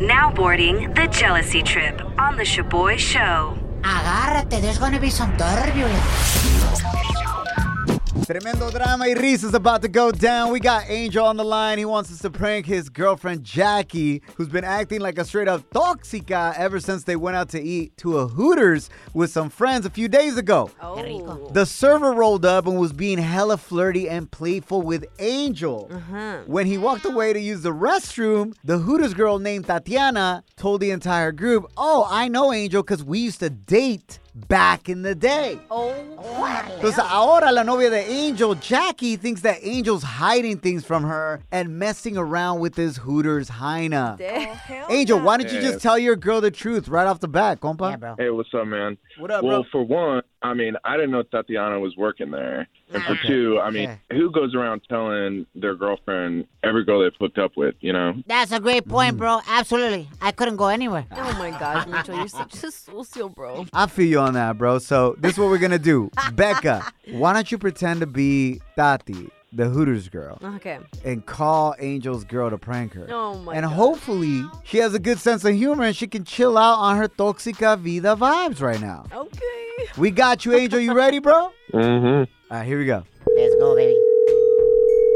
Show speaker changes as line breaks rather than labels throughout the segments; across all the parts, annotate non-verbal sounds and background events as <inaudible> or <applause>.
Now boarding the jealousy trip on the Shaboy Show.
Agárrate, there's gonna be some turbulence.
Tremendo drama y risas about to go down. We got Angel on the line. He wants us to prank his girlfriend Jackie, who's been acting like a straight up toxica ever since they went out to eat to a Hooters with some friends a few days ago.
Oh.
The server rolled up and was being hella flirty and playful with Angel. When he walked away to use the restroom, the Hooters girl named Tatiana told the entire group, Oh, I know Angel because we used to date back in the day. Entonces ahora la novia de Angel, Jackie, thinks that Angel's hiding things from her and messing around with this Hooters hyena.
Eh.
Angel, why don't you just tell your girl the truth right off the bat, compa?
Yeah, bro.
Hey, what's up, man?
What up,
well,
bro?
for one, I mean, I didn't know Tatiana was working there. And for two, I mean, who goes around telling their girlfriend every girl they've hooked up with, you know?
That's a great point, bro. Absolutely. I couldn't go anywhere.
Oh my gosh, Mitchell, you're such a socio, bro.
I feel you on that, bro. So this is what we're gonna
<laughs>
do. Becca, why don't you pretend to be Tati, the Hooters girl,
Okay.
and call Angel's girl to prank her?
Oh my
And
God.
hopefully she has a good sense of humor and she can chill out on her toxica vida vibes right now.
Okay.
We got you, Angel. You ready, bro? All
Mm-hmm.
right, here we go.
Let's go, baby.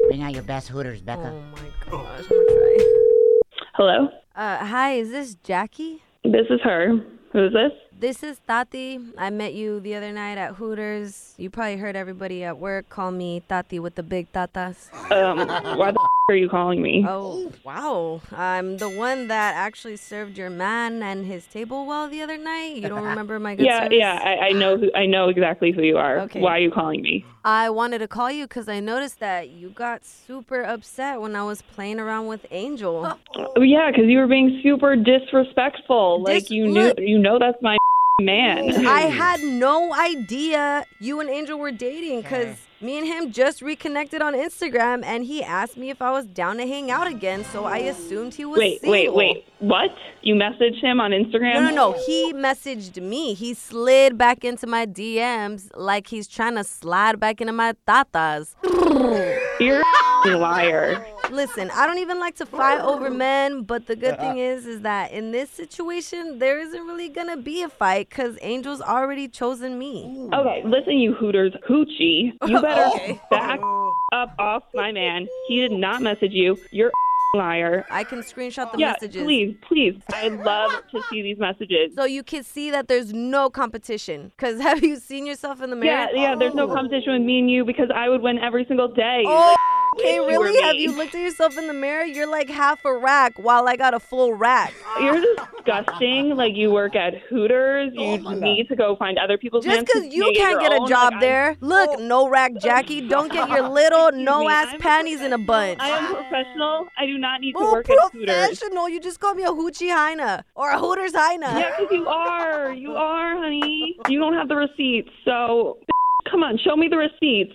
Bring out your best hooters, Becca.
Oh my gosh, I'm gonna try.
Hello,
Uh, hi, is this Jackie?
this is her. Who is this?
This is Tati. I met you the other night at Hooters. You probably heard everybody at work call me Tati with the big tatas.
Um,
<laughs>
why the f- are you calling me?
Oh,
<laughs>
wow. I'm the one that actually served your man and his table well the other night. You don't remember my good
yeah,
service?
yeah, I, I know. Who, I know exactly who you are.
Okay.
Why are you calling me?
I wanted to call you because I noticed that you got super upset when I was playing around with Angel.
Oh, yeah, because you were being super disrespectful.
Dis-
like you knew,
look.
you know that's my <laughs> f-
<gasps>
man.
I had no idea you and Angel were dating because me and him just reconnected on Instagram and he asked me if I was down to hang out again, so I assumed he was
<laughs> Wait,
single.
wait, wait. What? You messaged him on Instagram?
No, no, no. He messaged me. He slid back into my DMs like he's trying to slide back into my tatas. <laughs>
You're a f- liar.
Listen, I don't even like to fight over men, but the good thing is, is that in this situation, there isn't really gonna be a fight because Angel's already chosen me.
Okay, listen, you Hooters hoochie. You better back up off my man. He did not message you. You're a f- liar.
I can screenshot the
Yeah,
messages.
please, please. I love to see these messages.
So you can see that there's no competition. Cause <laughs> have you seen yourself in the mirror?
Yeah, yeah. There's no competition with me and you because I would win every single day.
Oh,
Like,
okay,
you or
really? Have
me.
you looked at yourself in the mirror? You're like half a rack while I got a full rack.
You're disgusting. Like you work at Hooters. You need to go find other people's.
Oh Just
hands to
because you
make
can't
your
get
own.
a job
Like,
there. Look, no rack Jackie.
<laughs>
Don't get your little
Excuse
no
me,
ass
I'm-
panties in a bunch.
<laughs> I, I am professional. I do not need to
Oh,
work at Hooters.
professional. You just call me a hoochie hyena or a hooters hyena.
Yeah, because you are. You are, honey. You don't have the receipts. So, <laughs> come on, show me the receipts.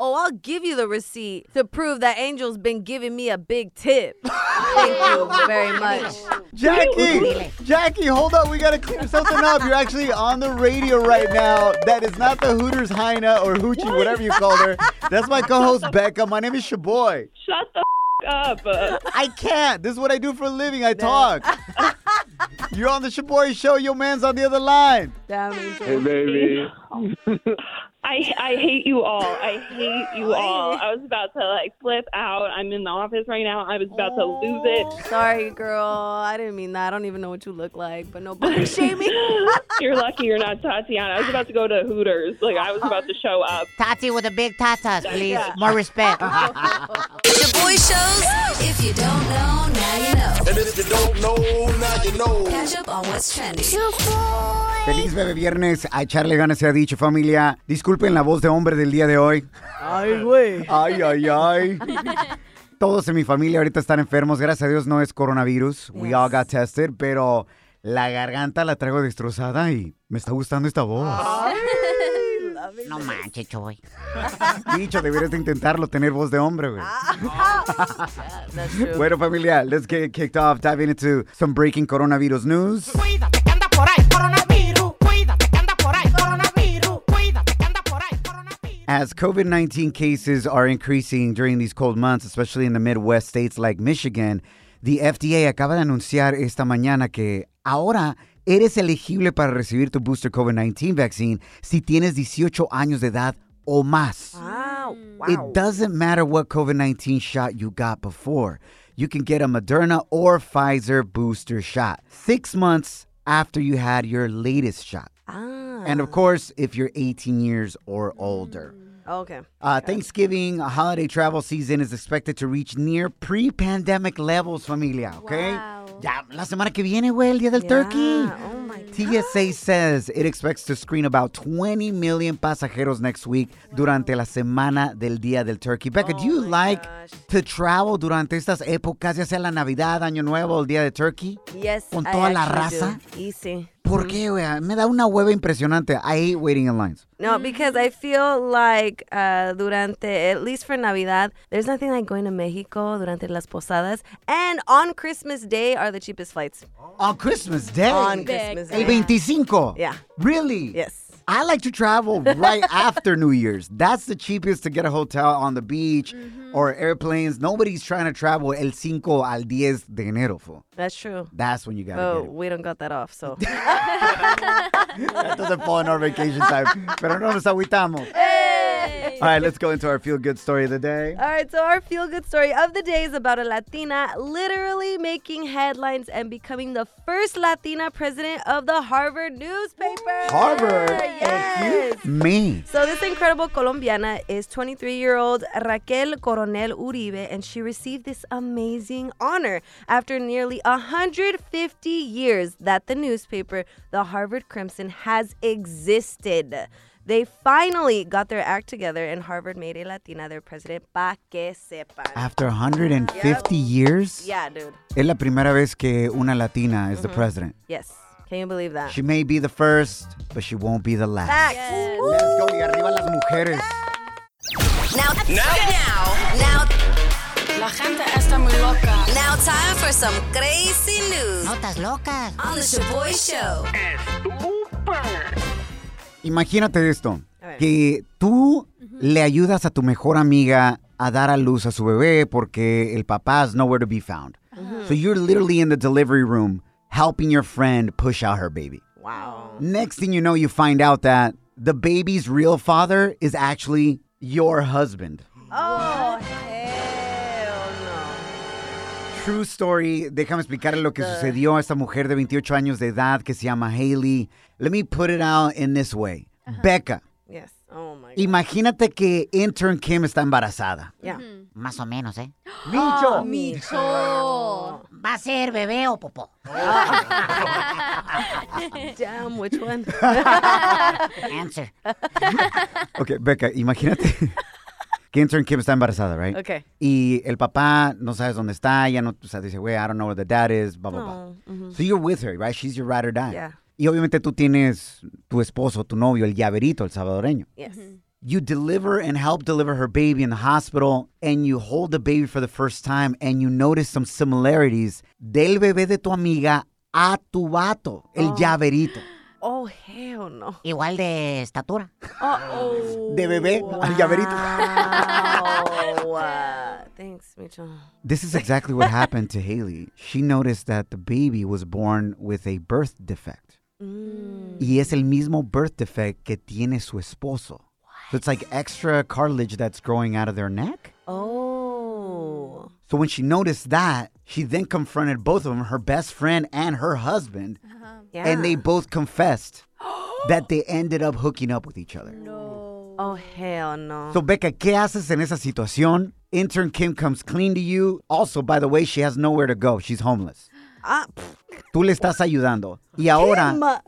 Oh, I'll give you the receipt to prove that Angel's been giving me a big tip. Thank you
<laughs>
very much.
Jackie, Jackie, hold up. We gotta clear something up. You're actually on the radio right now. That is not the Hooters hyena or hoochie, whatever you called her. That's my co-host Becca. My name is Shaboy.
Shut the f- up.
I can't. This is what I do for a living. I talk. You're on the Shaboy Show. Your man's on the other line.
Damn, Angel.
Hey, baby.
I I hate you all. I hate you all. I was about to like flip out. I'm in the office right now. I was about to lose it.
Sorry, girl. I didn't mean that. I don't even know what you look like, but no
<laughs>
body shaming.
You're lucky you're not Tatiana. I was about to go to Hooters. Like I was about to show up.
Tati with the big tatas, please. More respect.
Shaboy Shows. If you don't know, now you know.
And if you don't know, now you know.
Catch up on what's trending.
Feliz bebé viernes. A echarle ganas se ha dicho, familia. Disculpen la voz de hombre del día de hoy. Ay, güey. Ay, ay, ay. Todos en mi familia ahorita están enfermos. Gracias a Dios no es coronavirus. We all got tested, pero la garganta la traigo destrozada y me está gustando esta voz.
<laughs> No manches, Choy.
<laughs> Dicho, deberías de intentarlo, tener voz de hombre, güey.
That's true.
Bueno, familia, let's get it kicked off. Dive into some breaking coronavirus news.
Cuídate que anda por ahí, coronavirus. Cuídate que anda por ahí, coronavirus. Cuídate que anda por ahí, coronavirus.
As COVID 19 cases are increasing during these cold months, especially in the Midwest states like Michigan, the FDA acaba de anunciar esta mañana que ahora eres elegible para recibir tu booster COVID 19 vaccine si tienes 18 años de edad o más.
Wow. Wow.
It doesn't matter what COVID 19 shot you got before. You can get a Moderna or Pfizer booster shot six months after you had your latest shot.
Ah. Mm,
And of course, if you're 18 years or older.
Okay.
Uh, Thanksgiving holiday travel season is expected to reach near pre-pandemic levels, familia. Okay. Ya, la semana que viene, güey, el día del turkey.
Yeah. Oh my God.
TSA says it expects to screen about 20 million pasajeros next week durante la semana del Día del Turkey. Becca, do you
Oh
like to travel durante estas épocas, ya sea la Navidad, Año Nuevo, el Día del Turkey?
Yes.
Con
I
toda la
actually do.
raza.
Easy.
¿Por qué, güey? Me da una hueva impresionante. I hate waiting in lines.
No, because I feel like uh, durante, at least for Navidad, there's nothing like going to Mexico durante las posadas. And on Christmas Day are the cheapest flights.
On Christmas Day.
On Christmas
El
Day.
25.
Yeah.
Really?
Yes.
I like to travel
<laughs>
right after New Year's. That's the cheapest to get a hotel on the beach
Mm-hmm.
or airplanes. Nobody's trying to travel el 5 al 10 de enero. Fool.
That's true.
That's when you gotta
But
get it.
Oh, we don't got that
<laughs>
off, so.
That doesn't fall in our vacation time. Pero no nos agüitamos.
<laughs>
All right, let's go into our feel good story of the day.
All right, so our feel good story of the day is about a Latina literally making headlines and becoming the first Latina president of the Harvard newspaper.
Harvard.
Yes.
Thank you. Me.
So this incredible Colombiana is 23-year-old Raquel Coronel Uribe, and she received this amazing honor after nearly 150 years that the newspaper, the Harvard Crimson, has existed. They finally got their act together, and Harvard made a Latina their president. Pa que sepan.
After 150 years,
Yeah, Mm-hmm. dude.
es la primera vez que una Latina is the president.
Yes. Can you believe that?
She may be the first, but she won't be the last.
Facts.
Let's go y arriba las mujeres.
Now, now, now,
La gente está muy loca.
now, time for some crazy news
Notas locas.
on the Shaboy Show.
Imagínate esto,
A ver.
que tú le ayudas a tu mejor amiga a dar a luz a su bebé porque el papá is nowhere to be found. So you're literally in the delivery room helping your friend push out her baby.
Wow.
Next thing you know, you find out that the baby's real father is actually your husband.
Oh, hell no.
True story. Déjame explicarle lo que sucedió a esta mujer de 28 años de edad que se llama Haley. Let me put it out in this way. Becca,
Yes. Oh my God.
imagínate que intern Kim está embarazada.
Yeah.
Más o menos, ¿eh?
Ah,
Micho.
¿Va a ser bebé o popó?
Damn, which one?
Answer.
Ok, Becca, imagínate que intern Kim está embarazada, right?
okay.
Y el papá no sabes dónde está, ya no, o sea, dice, güey, I don't know where the dad is, blah, blah, blah.
Oh, mhm.
So you're with her, right? She's your ride or die.
Yeah.
Y obviamente tú tienes tu esposo, tu novio, el llaverito, el salvadoreño.
Yes.
you deliver and help deliver her baby in the hospital and you hold the baby for the first time and you notice some similarities del bebé de tu amiga a tu vato, el llaverito.
Oh hell no.
Igual de estatura.
oh.
De bebé al llaverito.
Wow. Uh, <laughs> Thanks, Mitchell.
This is exactly what happened to Haley. She noticed that the baby was born with a birth defect.
Mm.
Y es el mismo birth defect que tiene su esposo. So it's like extra cartilage that's growing out of their neck.
Oh.
So when she noticed that, she then confronted both of them, her best friend and her husband,
Yeah.
and they both confessed that they ended up hooking up with each other.
Oh hell no.
So Becca, ¿qué haces en esa situación? Intern Kim comes clean to you. Also, by the way, she has nowhere to go. She's homeless.
ah, pff,
Tú le estás ayudando. Y ahora,
ma-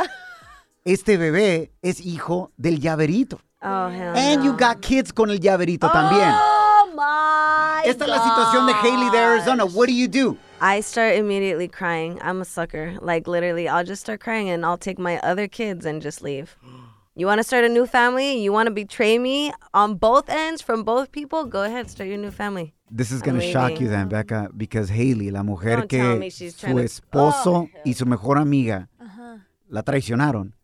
este bebé es hijo del llaverito. Eh.
oh hell.
And you got kids con el llaverito también.
Oh my
Esta es la situación de Haley de Arizona. What do you do?
I start immediately crying. I'm a sucker. Like literally, I'll just start crying and I'll take my other kids and just leave. You want to start a new family? You want to betray me on both ends from both people? Go ahead, start your new family.
This is going to
I'm
shock
leaving.
you then, Becca, because Haley, la mujer
Don't
que
tell me she's
su
trying to- Uh-huh.
esposo y su mejor amiga la traicionaron,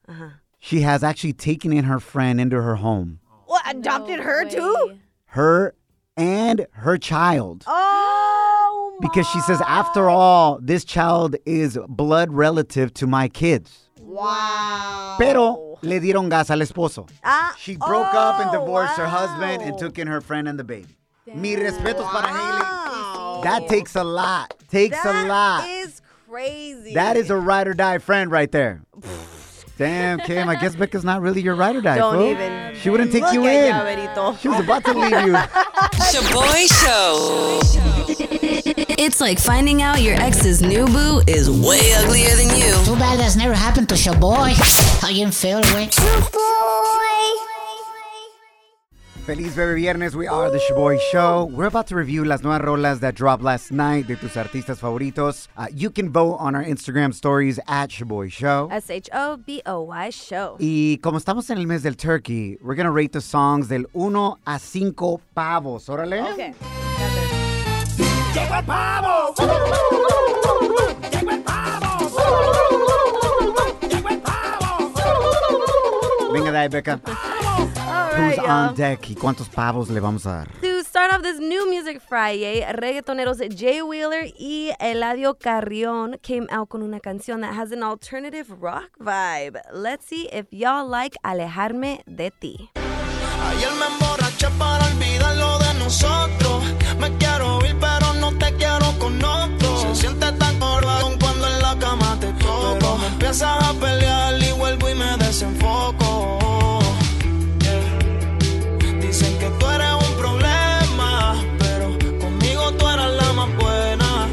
she has actually taken in her friend into her home.
What adopted her too?
Her and her child.
Oh,
Because she says, after all, this child is blood relative to my kids. Wow. Pero le dieron gas al esposo.
ah,
She broke up and
oh,
divorced her husband and
wow.
took in her friend and the baby. Mi respetos para
Wow.
Haley. That takes a lot. Takes a lot.
Oh. That is crazy.
that is a ride or die friend right there. Damn, Kim. I guess Becca's not really your ride or die.
Don't
fool.
even.
She wouldn't take
Look
you
at
in.
Yaverito.
She was about to leave you. <laughs>
Shaboy Show.
It's like finding out your ex's new boo is way uglier than you.
Too bad that's never happened to your boy. How you feel, güey?
Feliz Baby Viernes. We are the Shaboy Show. We're about to review las nuevas rolas that dropped last night de tus artistas favoritos. Uh, you can vote on our Instagram stories at Shaboy Show.
S H O B O Y show.
Y como estamos en el mes del turkey, we're gonna rate the songs del 1 a 5 pavos, órale.
Okay.
Venga de ahí, Becca.
All
Who's
right,
on
y'all.
deck y cuántos pavos le vamos a dar?
To start off this new music Friday, reggaetoneros Jay Wheeler y Eladio Carrion came out con una canción that has an alternative rock vibe. Let's see if y'all like Alejarme de ti.
Ayer me emborraché para olvidarlo de nosotros. Me quiero ir, pero no te quiero con otro. Se siente tan corazón cuando en la cama te toco. Pero me empiezas a pelear y vuelvo y me desenfoco. Yeah. Dicen que tú eres un problema, pero conmigo tú eras la más buena.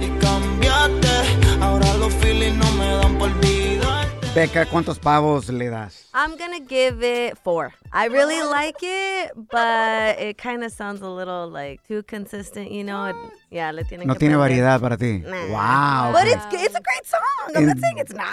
Yeah. Y cambiaste, ahora los feelings no me dan por olvidarte.
Becca, ¿cuántos pavos le das?
I'm gonna give it four. I really like it, but it kind of sounds a little like too consistent, you know? It, yeah, le tienen
No
que
tiene
prender.
variedad para ti.
Nah.
Wow.
But it's it's a great song. I'm not
In-
saying it's not.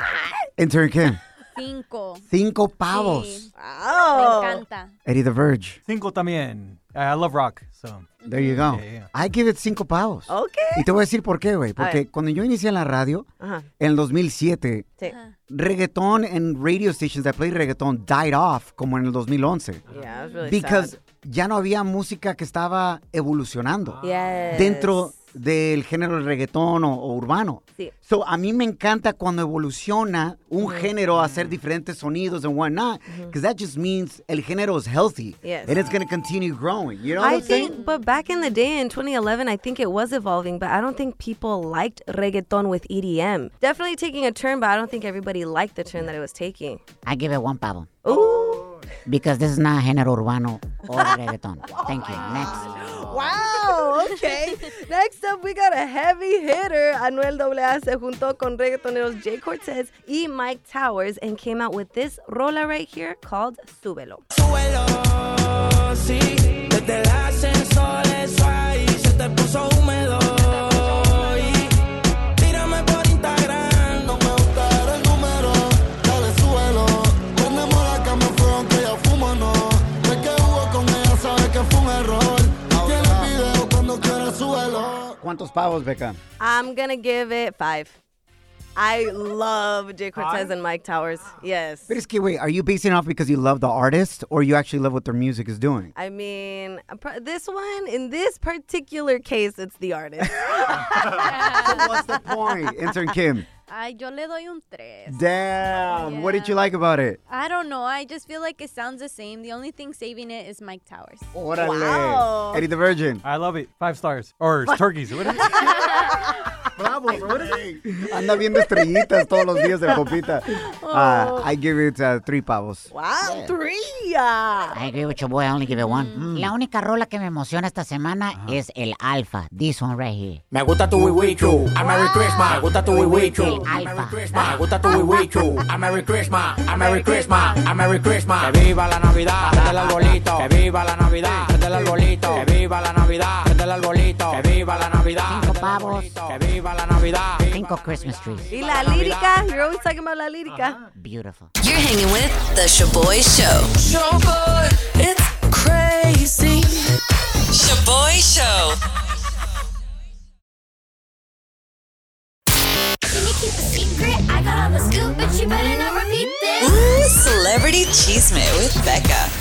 Intern Kim,
Cinco.
cinco pavos.
Oh.
Me encanta.
Eddie the Verge.
Cinco también. I I love rock, so.
There you go.
yeah.
I give it cinco pavos.
Okay.
Y te voy a decir por qué, güey. Porque
ver.
cuando yo inicié en la radio,
Ajá.
en el 2007,
Sí.
reggaetón and radio stations that play reggaetón died off como en el 2011.
Yeah, it was really
Because
sad.
ya no había música que estaba evolucionando
Yes.
dentro del género del reggaetón o, o urbano.
Sí. Mm.
So, a mí me encanta cuando evoluciona un género a hacer diferentes sonidos and whatnot, because that just means el género is healthy
Mm-hmm. Yes.
and it's going to continue growing. You know what
I
I'm saying?
think, but back in the day in 2011, I think it was evolving, but I don't think people liked reggaeton with EDM. Definitely taking a turn, but I don't think everybody liked the turn that it was taking.
I give it one pavo.
Ooh.
Because this is not género urbano or reggaeton. Thank you. Next.
Wow, <laughs> okay. Next up, we got a heavy hitter. Anuel AA se juntó con reggaetoneros Jay Cortez y Mike Towers and came out with this rola right here called Súbelo.
Súbelo, sí, desde el ascensor eso ahí se te puso húmedo. Y tírame por Instagram, no me gusta el número, dale suelo. Prendemos la cama fue aunque ella fuma no. De que hubo con ella sabe que fue un error. Tiene el video cuando quiera suelo.
¿Cuántos pavos, Beca?
I'm gonna give it five. I love Jay Cortez and Mike Towers. Yes.
But it's que, wait, are you basing it off because you love the artist or you actually love what their music is
<laughs>
doing?
I mean, pr- this one, in this particular case, it's the artist.
What's the point? Intern
<laughs>
Kim.
Ay, yo le doy un tres.
Damn. What did you like about it?
I don't know. I just feel like it sounds the same. The only thing saving it is Mike Towers.
Órale.
Wow.
Eddie the Virgin.
I love it. Five stars. Or turkeys. What is it?
Anda viendo estrellitas todos los días de Popita.
Oh.
Uh, I give it uh, three pavos.
wow, three. ah.
I agree with your boy. I only give it one. La única rola que me emociona esta semana es el Alfa. This one right here.
Me gusta tu wiwichu, I'm Merry Christmas. Me gusta tu wiwichu,
Me gusta tu wiwichu. A Merry Christmas, a Merry Christmas, a Merry Christmas. Que viva la Navidad, desde el arbolito. Que viva la Navidad, desde el arbolito. Que viva la Navidad, desde el arbolito. Que viva la Navidad.
Cinco pavos.
Que viva la Navidad.
Cinco Christmas trees.
Y la lírica, you're always talking about la lírica.
Beautiful.
You're hanging with The Shaboy Show. Shaboy, it's crazy. Shaboy Show.
I got all the scoop, but you better not repeat
Ooh, Celebrity Cheesemate with Becca.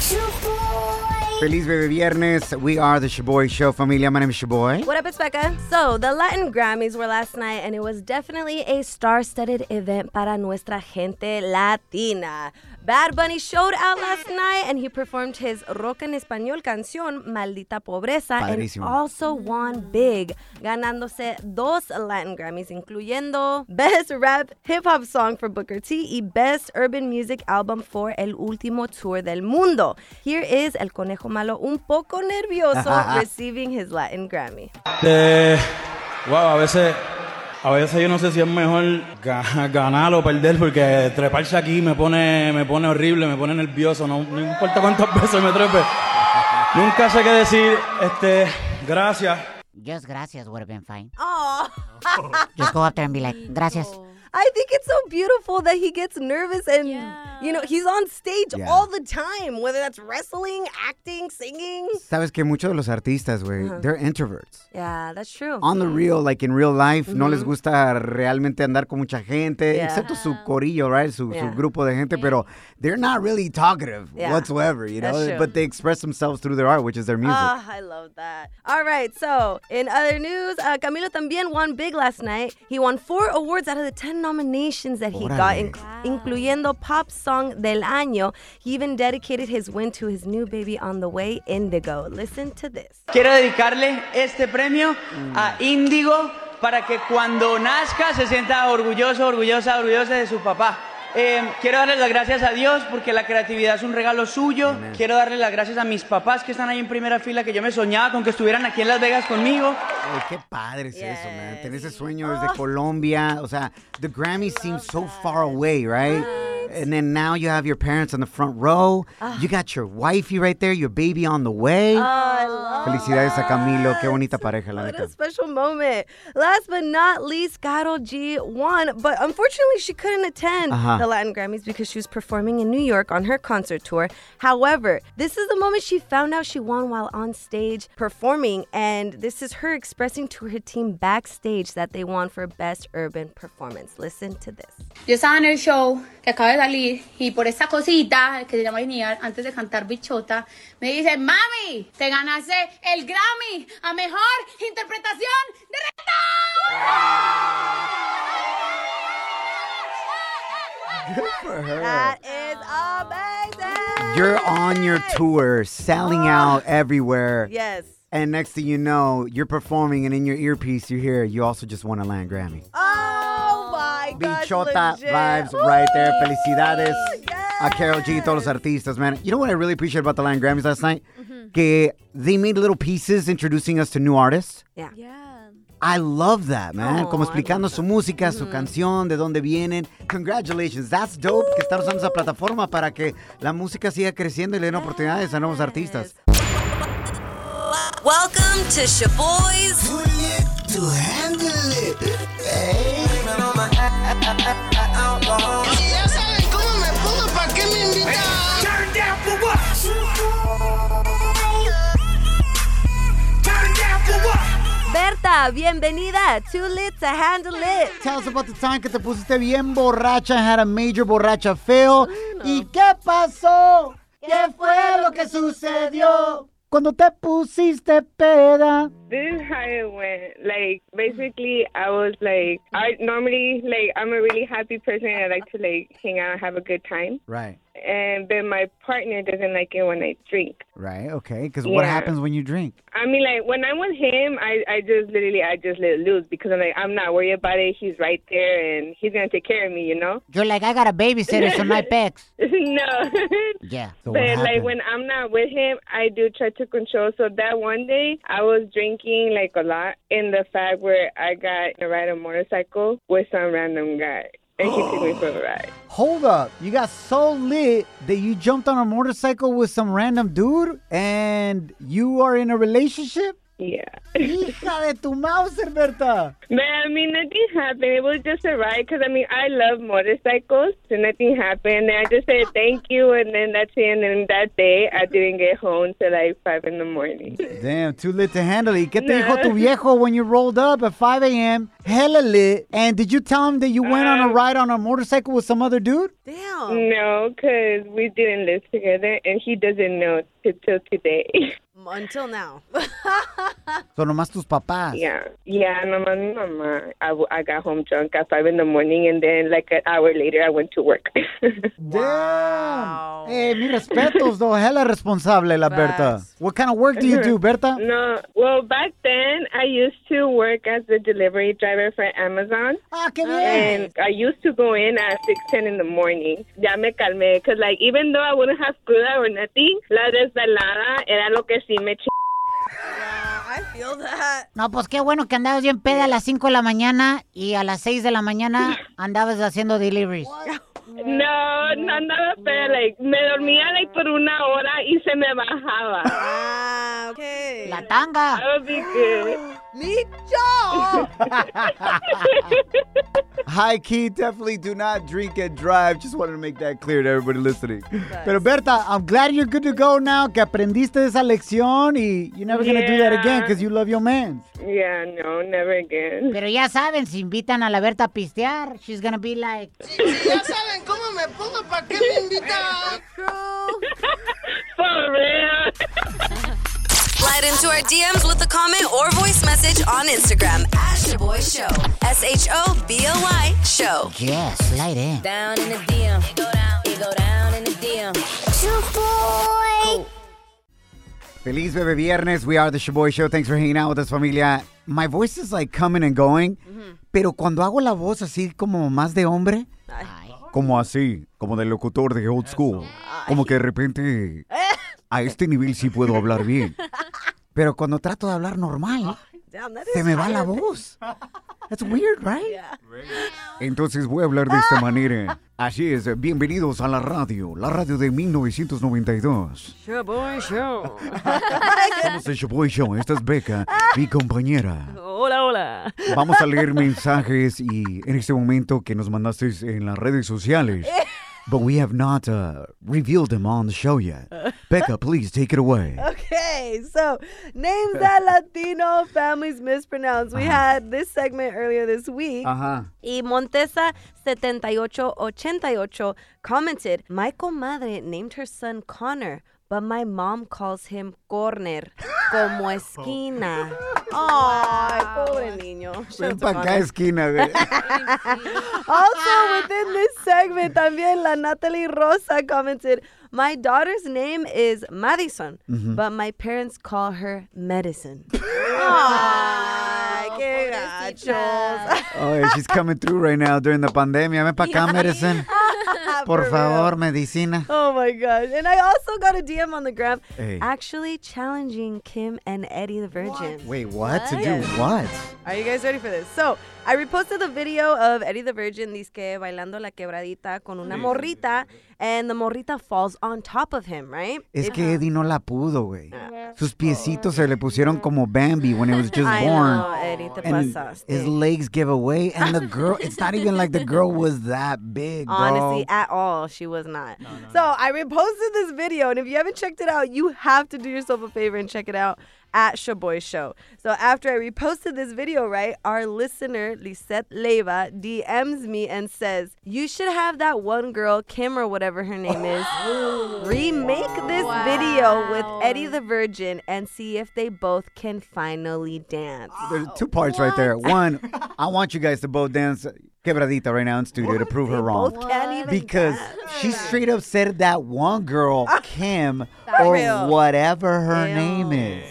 Feliz Baby Viernes. We are the Shaboy Show, familia. My name is Shaboy.
What up, it's Becca. So, the Latin Grammys were last night, and it was definitely a star studded event para nuestra gente latina. Bad Bunny showed out last night, and he performed his rock en español canción, Maldita Pobreza, and
Padrísimo.
also won big, ganándose dos Latin Grammys, incluyendo Best Rap Hip Hop Song for Booker T y Best Urban Music Album for El Último Tour del Mundo. Here is El Conejo Malo un poco nervioso receiving his Latin Grammy.
Eh, wow, a veces, a veces yo no sé si es mejor ga- ganar o perder, porque treparse aquí me pone, me pone horrible, me pone nervioso, no, no importa cuántas <laughs> veces me trepe. Nunca sé qué decir, este, gracias.
Just gracias, would have been fine.
Oh,
Just go up there and be like, gracias.
Oh.
I think it's so beautiful that he gets nervous and you know he's on stage
Yeah.
all the time, whether that's wrestling, acting, singing.
Sabes que muchos de los artistas, güey,
Ajá.
they're introverts.
Yeah, that's true.
On the real, like in real life, no
Ujú.
les gusta realmente andar con mucha gente,
Yeah.
excepto su corillo, right? Su,
Yeah.
su grupo de gente, pero they're not really talkative
Yeah.
whatsoever, you
That's
know?
true.
But they express themselves through their art, which is their music.
Ah, I love that. All right, so in other news, uh, Camilo también won big last night. He won four awards out of the 10 nominations that he got,
Órale.
inc- incluyendo Pop Song del Año. He even dedicated his win to his new baby on the way, Indigo. Listen to this.
Quiero dedicarle este premio a Índigo para que cuando nazca se sienta orgulloso, orgullosa, orgullosa de su papá. Eh, quiero darle las gracias a Dios porque la creatividad es un regalo suyo. Quiero darle las gracias a mis papás que están ahí en primera fila, que yo me soñaba con que estuvieran aquí en Las Vegas conmigo.
Güey, qué padre es eso, man. Tener ese sueño
Oh.
desde Colombia. O sea, the Grammys seem so far away, right? And then now you have your parents on the front row.
Ah.
You got your wifey right there, your baby on the way. Felicidades a Camilo. Qué bonita pareja, la neta.
Oh. Ah, a special moment. Last but not least, Carol G won, but unfortunately, she couldn't attend
Ajá.
the Latin Grammys because she was performing in New York on her concert tour. However, this is the moment she found out she won while on stage performing, and this is her expressing to her team backstage that they won for Best Urban Performance. Listen to this.
Yo estaba en el show que acaba de salir y por esta cosita que se llama Linear, antes de cantar Bichota, me dice, mami, te ganaste el Grammy a Mejor Interpretación de
Good for her.
That is amazing.
You're on your tour, selling out everywhere.
Ah. Yes.
And next thing you know, you're performing, and in your earpiece, you hear you also just won a Land Grammy.
Oh my God.
Bichota vibes right there. Felicidades a Carol G, todos los artistas, man. You know what I really appreciate about the Latin Grammys last night?
Mm-hmm.
Que they made little pieces introducing us to new artists.
Yeah. Oh,
I love that, man. Como explicando su música,
Mm-hmm.
su canción, de dónde vienen. Congratulations, that's dope que están usando esa plataforma para que la música siga creciendo y le den oportunidades a nuevos artistas.
Welcome to Shaboy's.
To handle it. Ya saben cómo me pongo, ¿para qué me invitan? Turn down for what? Turn down for what?
Berta, bienvenida. Too lit to handle it.
Tell us about the time que te pusiste bien borracha, had a major borracha fail. ¿Y qué pasó? ¿Qué fue lo que sucedió? Cuando te pusiste peda.
This is how it went. Like basically, I was like, I normally like I'm a really happy person. I like to like hang out and have a good time.
Right.
and then my partner doesn't like it when I drink.
Right? Okay. Because what
Yeah.
happens when you drink?
I mean, like when I'm with him, I, I just literally I just let it loose because I'm like I'm not worried about it. He's right there and he's gonna take care of me, you know. <laughs>
You're like, I got a babysitter, so my pecs.
no.
Yeah.
but like when I'm not with him, I do try to control. So that one day I was drinking like a lot in the fact where I got to ride a motorcycle with some random guy and he took me for a ride.
Hold up. You got so lit that you jumped on a motorcycle with some random dude and you are in a relationship?
Yeah. <laughs>
Hija de tu mouse, Berta.
Man, I mean, nothing happened. It was just a ride because, I mean, I love motorcycles, so nothing happened. And I just said thank you, and then that's it. And then that day, I didn't get home till like 5 in the morning.
Damn, too lit to handle it. ¿Qué te
No.
dijo tu viejo when you rolled up at 5 a.m.? Hella lit. And did you tell him that you went
Ah.
on a ride on a motorcycle with some other dude?
Damn.
No, because we didn't live together, and he doesn't know t- till today. <laughs>
Until now. <laughs>
Son nomás tus papás.
yeah. Yeah, no, my mama. I, w- I got home drunk at 5 in the morning, and then like an hour later, I went to work. <laughs>
Damn. Hey, mi Eh, respetos, though. Hella responsable, la Berta.
Facts. Mm.
What kind of work do you do, Berta?
No, well, back then I used to work as a delivery driver for Amazon.
Ah, qué bien.
And I used to go in at six ten in the morning. Ya me calmé, because like even though I wouldn't have cruda or nothing, la desvelada era lo que sí me ch.
I feel that.
No, pues qué bueno que andabas bien peda a las 5 de la mañana y a las 6 de la mañana andabas haciendo deliveries.
No, no andaba pero like me dormía like por una hora y se me bajaba.
Ah, okay.
La tanga.
I would be good.
High key, definitely do not drink and drive. Just wanted to make that clear to everybody listening. Pero Berta, I'm glad you're good to go now, que aprendiste esa lección y you're never going to do that
Yeah.
again because you love your man.
Yeah, no, never again.
Pero ya saben, si invitan a la Berta a pistear, she's gonna be like,
Ya saben cómo me pongo, ¿para qué me invitan?
<laughs> For real.
Slide into our DMs with a comment or voice message on Instagram at Shaboy Show. S H O B O Y Show.
yes, slide in.
Down in the DM. It go down. It go down in the DM. Shaboy.
Oh,
Feliz Bebe Viernes. We are the Shaboy Show. Thanks for hanging out with us, familia. My voice is like coming and going, pero cuando hago la voz así como más de hombre, como así, como del locutor de old school, como que de repente a este nivel sí puedo hablar bien. Pero cuando trato de hablar normal,
Damn, that
se
is
me va
high
la
pitch.
voz. That's weird, right? Entonces voy a hablar de esta manera. Así es, bienvenidos a la radio, la radio de 1992.
Shaboy Show.
<laughs> Somos el Shaboy Show, esta es Beca, mi compañera.
hola, hola.
Vamos a leer mensajes y en este momento que nos mandaste en las redes sociales.
<laughs>
But we have not uh, revealed them on the show yet. Becca, please take it away.
Okay, so names that Latino families mispronounce.
Uh-huh.
We had this segment earlier this week.
Ajá.
Y Montesa7888 commented, My comadre named her son Connor, but my mom calls him Corner,
<laughs>
como esquina. Ay, pobre niño.
Ven
Shout out
pa'
to
acá,
Connor.
esquina, güey.
Also, within this segment, también la Natalie Rosa commented, My daughter's name is Madison,
Mhm.
but my parents call her Medicine. Ay, qué gachos. <laughs>
Oh, she's coming through right now during the pandemia. Ven pa' acá, medicine. Por
Ah, real.
favor, medicina.
Oh my gosh. And I also got a DM on the gram
Hey.
actually challenging Kim and Eddie the Virgin.
Wait, what? To do what?
Are you guys ready for this? So, I reposted the video of Eddie the Virgin, dizque bailando la quebradita con una
Sí.
morrita, and the morrita falls on top of him, right?
Es que Eddie no la pudo, güey. Sus piecitos se le pusieron como Bambi when it was just
Ah. I
born.
know, Eddie, te
and
pasaste.
his legs give away, and the
<laughs>
girl, it's not even like the girl was that big, bro.
Honestly, at all, she was not. so I reposted this video, and if you haven't checked it out, you have to do yourself a favor and check it out at Shaboy Show. So after I reposted this video, right, our listener Lisette Leva DMs me and says, "You should have that one girl, Kim or whatever her name is, remake this video with Eddie the Virgin and see if they both can finally dance."
Ah. There's two parts right there. One, I want you guys to both dance. Quebradita right now in studio to prove her wrong.
both can't even
because she straight up said that one girl,
<laughs>
Kim, or
real.
whatever her name is.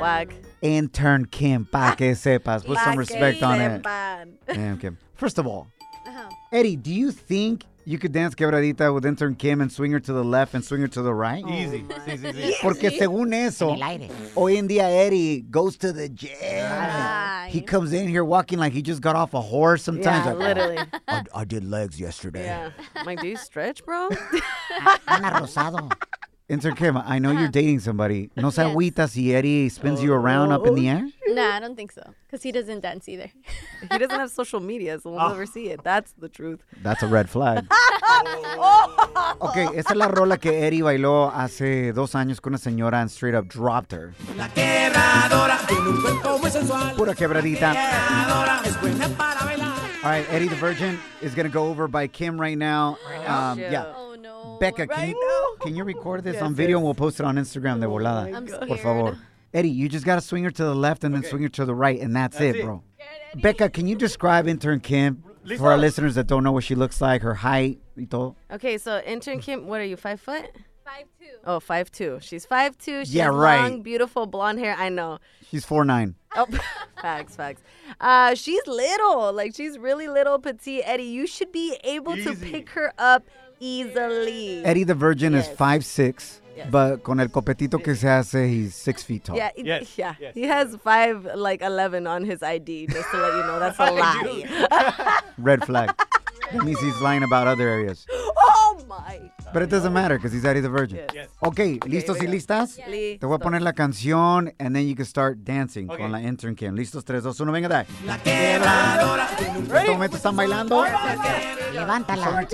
Wag.
Intern Kim,
Ah.
pa que sepas. Put some
Pa'
respect
que
on it.
sepan.
Damn, Kim. First of all,
Uh-huh.
Eddie, do you think you could dance Quebradita with intern Kim and swing her to the left and swing her to the right?
Oh Easy. Sí, sí, sí.
Porque según eso,
En el aire.
hoy en día Eddie goes to the gym. He comes in here walking like he just got off a horse sometimes.
Yeah,
like, "Oh,
literally.
I, I did legs yesterday.
Yeah. I'm like, do you stretch, bro? <laughs>
Ana Rosado.
Intern Kim, I know you're dating somebody. No se agüita si Eddie spins you around up in the air?
nah, I don't think so. Because he doesn't dance either.
he doesn't have social media, so we'll never see it. That's the truth.
That's a red flag. Ok, esta es la rola que Eddie bailó hace dos años con una señora and straight up dropped her.
Quebradora, tiene un cuerpo muy sensual.
Pura quebradita.
Quebradora, es buena para bailar.
All right, Eddie the Virgin is going to go over by Kim right now. Um, yeah.
Oh, no.
Becca, can, you, can you record this on video and we'll post it on Instagram de volada?
I'm
Por
scared.
favor. Eddie, you just got to swing her to the left and then swing her to the right, and that's,
That's
it,
it.
bro. Becca, can you describe intern Kim for our
Lisa.
listeners that don't know what she looks like, her height, y todo?
Okay, so intern Kim, what are you, five foot? Five two. Oh, five two. She's five two. She's
Yeah, right.
long, beautiful blonde hair. I know.
She's 4'9.
Oh, <laughs> facts, facts. Uh, she's little. Like she's really little, petite. Eddie, you should be able to pick her up easily.
Eddie the Virgin is 5'6,
Yes.
but con el copetito que se hace, he's 6 feet tall.
Yeah, it- yeah. he has five like eleven on his ID. Just to let you
<laughs>
know, that's a lie. <laughs>
Red flag. that means he's lying about other areas.
oh my.
But it doesn't matter because he's Eddie the Virgin.
Yes. Yes.
Okay, ¿listos y
venga.
listas?
Yes.
Te voy a poner la canción and then you can start dancing
Okay.
con la intern Kim. ¿Listos? 3, 2, 1, venga, dai.
Quebradora, tiene un
En este momento están bailando.
Levántala.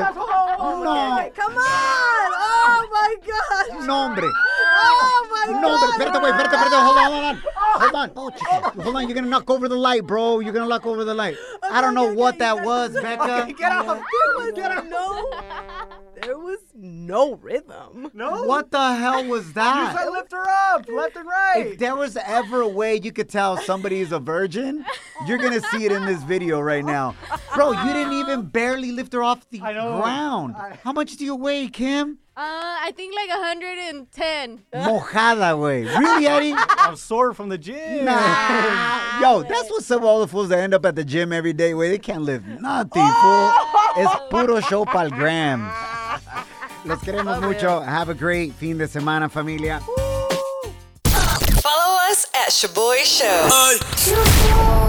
Oh,
no.
Come on. Oh my God.
No, hombre.
Oh my
No, hombre,
God.
espérate, güey, espérate, espérate. Hold on, hold on. Hold on. Oh, Hold on, you're going to knock over the light, bro. You're going to knock over the light. I don't know what that was, Becca.
get off. There was no. There was no rhythm.
No.
What the hell was that?
lift her up, left and right.
If there was ever a way you could tell somebody is a virgin, you're gonna see it in this video right now. Bro, you didn't even barely lift her off the ground. How much do you weigh, Kim?
Uh, I think like 110.
Mojada, way. Really, Eddie?
I'm sore from the gym.
Nah. Yo, that's what's up with all the fools that end up at the gym every day. Way they can't lift nothing, fool. It's puro show pal gram. Los queremos mucho. Have a great fin de semana, familia.
Follow us at Shaboy Show.